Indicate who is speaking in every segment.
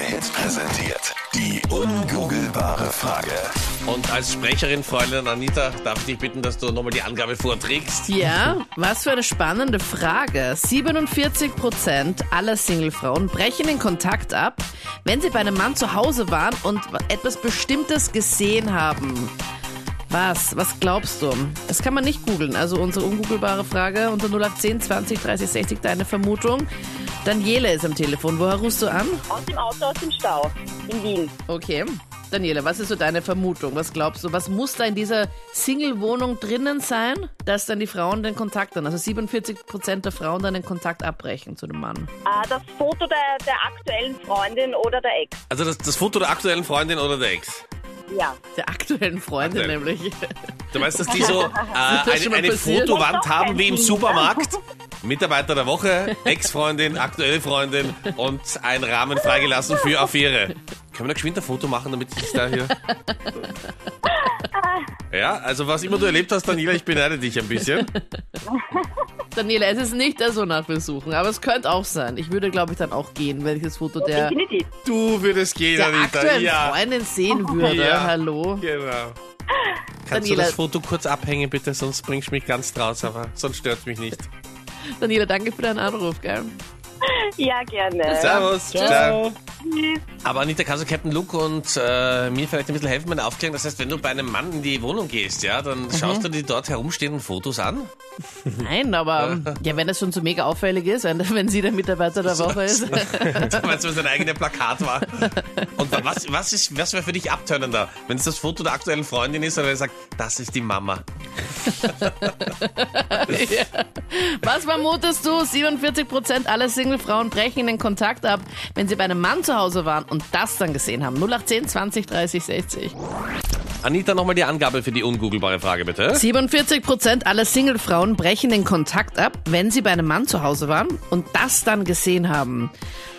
Speaker 1: Hits präsentiert. Die ungoogelbare Frage.
Speaker 2: Und als Sprecherin, Freundin Anita, darf ich dich bitten, dass du nochmal die Angabe vorträgst?
Speaker 3: Ja, was für eine spannende Frage. 47 Prozent aller Singlefrauen brechen den Kontakt ab, wenn sie bei einem Mann zu Hause waren und etwas Bestimmtes gesehen haben. Was? Was glaubst du? Das kann man nicht googeln. Also unsere ungoogelbare Frage unter 0810 20 30 60 deine Vermutung. Daniele ist am Telefon. Woher rufst du an?
Speaker 4: Aus dem Auto, aus dem Stau in Wien.
Speaker 3: Okay. Daniele, was ist so deine Vermutung? Was glaubst du? Was muss da in dieser Single-Wohnung drinnen sein, dass dann die Frauen den Kontakt dann, also 47 Prozent der Frauen dann den Kontakt abbrechen zu dem Mann?
Speaker 4: Ah, das Foto der, der aktuellen Freundin oder der Ex.
Speaker 2: Also das, das Foto der aktuellen Freundin oder der Ex?
Speaker 4: Ja.
Speaker 3: Der aktuellen Freundin
Speaker 2: Aktuell.
Speaker 3: nämlich.
Speaker 2: Du meinst, dass die so äh,
Speaker 3: das schon
Speaker 2: eine,
Speaker 3: mal
Speaker 2: eine
Speaker 3: passiert?
Speaker 2: Fotowand
Speaker 4: Doch,
Speaker 2: haben wie im
Speaker 4: Benjamin.
Speaker 2: Supermarkt? Mitarbeiter der Woche, Ex-Freundin, aktuelle Freundin und einen Rahmen freigelassen für Affäre. Können wir da geschwind ein Foto machen, damit ich da hier... Ja, also was immer du erlebt hast, Daniela, ich beneide dich ein bisschen.
Speaker 3: Daniele, es ist nicht der so nach Besuchen, aber es könnte auch sein. Ich würde, glaube ich, dann auch gehen, wenn ich das Foto der,
Speaker 4: Definitiv.
Speaker 2: Du würdest gehen,
Speaker 3: der
Speaker 2: Anita.
Speaker 3: aktuellen
Speaker 2: Ja,
Speaker 3: Freundin sehen würde.
Speaker 2: Ja.
Speaker 3: Hallo.
Speaker 2: genau. Kannst du
Speaker 3: Daniela-
Speaker 2: das Foto kurz abhängen, bitte? Sonst bringst du mich ganz draus, aber sonst stört mich nicht.
Speaker 3: Daniele, danke für deinen Anruf, gell?
Speaker 4: Ja, gerne.
Speaker 2: Servus. Ciao. Aber Anita, kannst du Captain Luke und äh, mir vielleicht ein bisschen helfen beim Aufklären? Das heißt, wenn du bei einem Mann in die Wohnung gehst, ja, dann schaust du dir dort herumstehenden Fotos an?
Speaker 3: Nein, aber ja, wenn das schon so mega auffällig ist, wenn, wenn sie der Mitarbeiter der Woche ist.
Speaker 2: Weil es sein eigenes Plakat war. Und wa- was, was, ist- was wäre für dich abtönender, wenn es das Foto der aktuellen Freundin ist und er sagt, das ist die Mama?
Speaker 3: Was vermutest du? 47% aller Singlefrauen brechen den Kontakt ab, wenn sie bei einem Mann zu Hause waren und das dann gesehen haben. 0810 20 30 60.
Speaker 2: Anita, nochmal die Angabe für die ungoogelbare Frage, bitte.
Speaker 3: 47% aller Singlefrauen brechen den Kontakt ab, wenn sie bei einem Mann zu Hause waren und das dann gesehen haben.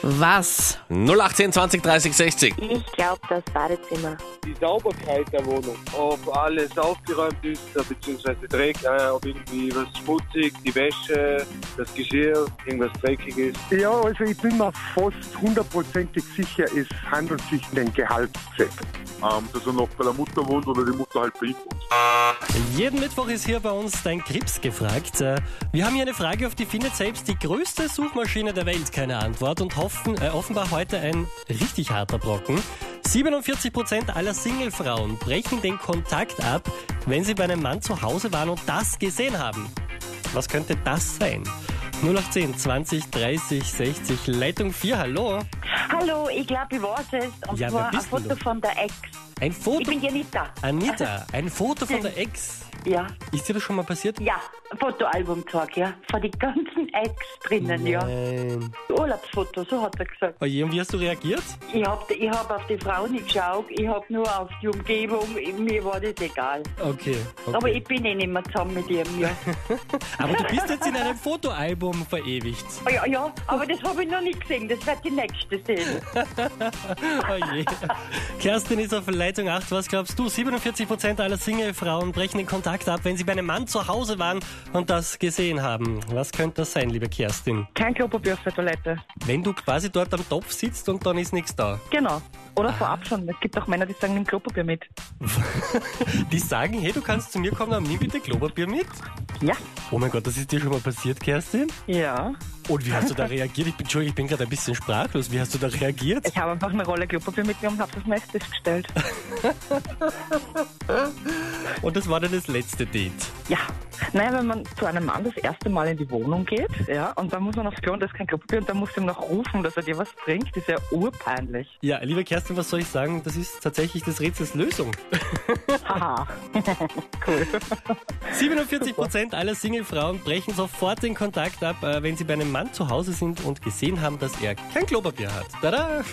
Speaker 3: Was?
Speaker 2: 018 20 30 60.
Speaker 4: Ich glaube, das Badezimmer.
Speaker 5: die Sauberkeit der Wohnung, ob alles aufgeräumt ist, äh, beziehungsweise dreck, äh, ob irgendwie was schmutzig, die Wäsche, das Geschirr, irgendwas dreckig ist.
Speaker 6: Ja, also ich bin mir fast hundertprozentig sicher, es handelt sich um den Gehaltscheck.
Speaker 7: ähm, dass er noch bei der Mutter wohnt oder die Mutter halt bei ihm wohnt.
Speaker 8: Jeden Mittwoch ist hier bei uns dein Krebs gefragt. Äh, Wir haben hier eine Frage, auf die findet selbst die größte Suchmaschine der Welt keine Antwort und hoffen, äh, offenbar heute ein richtig harter Brocken. 47% aller Singlefrauen brechen den Kontakt ab, wenn sie bei einem Mann zu Hause waren und das gesehen haben. Was könnte das sein? 0810 20 30 60 Leitung 4, hallo.
Speaker 9: Hallo, ich glaube, ich weiß es. Und
Speaker 8: Ja, wer
Speaker 9: zwar ein
Speaker 8: bist denn
Speaker 9: Foto
Speaker 8: du?
Speaker 9: von der Ex.
Speaker 8: Ein
Speaker 9: Ich
Speaker 8: Foto.
Speaker 9: bin Janita. Also,
Speaker 8: Anita, ein Foto von der Ex.
Speaker 9: Ja,
Speaker 8: Ist dir das schon mal passiert?
Speaker 9: ja. Fotoalbum gesagt, ja. Von den ganzen Ex drinnen, ja.
Speaker 8: Nein.
Speaker 9: Urlaubsfoto, so hat er gesagt.
Speaker 8: Oje, und wie hast du reagiert?
Speaker 9: Ich habe ich hab auf die Frau nicht geschaut, ich habe nur auf die Umgebung, mir war das egal.
Speaker 8: Okay. okay.
Speaker 9: Aber ich bin eh nicht mehr zusammen mit ihm, ja.
Speaker 8: Aber du bist jetzt in einem Fotoalbum verewigt.
Speaker 9: Oh, ja, ja, aber das habe ich noch nicht gesehen, das wird die nächste sehen.
Speaker 8: Oh je. Kerstin ist auf Leitung 8. Was glaubst du? 47% aller Single-Frauen brechen den Kontakt ab, wenn sie bei einem Mann zu Hause waren und das gesehen haben. Was könnte das sein, liebe Kerstin?
Speaker 10: Kein Klopapier auf der Toilette.
Speaker 8: Wenn du quasi dort am Topf sitzt und dann ist nichts da.
Speaker 10: Genau. Oder vorab schon. Es gibt auch Männer, die sagen, nimm Klopapier mit.
Speaker 8: Die sagen, hey, du kannst zu mir kommen, aber nimm bitte Klopapier mit.
Speaker 10: Ja.
Speaker 8: Oh mein Gott, das ist dir schon mal passiert, Kerstin?
Speaker 10: Ja.
Speaker 8: Und wie hast du da reagiert? Ich bin, Entschuldigung, ich bin gerade ein bisschen sprachlos. Wie hast du da reagiert?
Speaker 10: Ich habe einfach eine Rolle Klopapier mitgenommen und habe das Messtisch gestellt.
Speaker 8: Und das war dann das letzte Date.
Speaker 10: Ja. Naja, wenn man zu einem Mann das erste Mal in die Wohnung geht, ja, und dann muss man aufs Klo und da ist kein Klopapier und dann musst du ihm noch rufen, dass er dir was trinkt, ist ja urpeinlich.
Speaker 8: Ja, liebe Kerstin, was soll ich sagen? Das ist tatsächlich des Rätsels Lösung.
Speaker 10: Haha.
Speaker 8: 47% aller Singlefrauen brechen sofort den Kontakt ab, äh, wenn sie bei einem Mann zu Hause sind und gesehen haben, dass er kein Klopapier hat. Tada!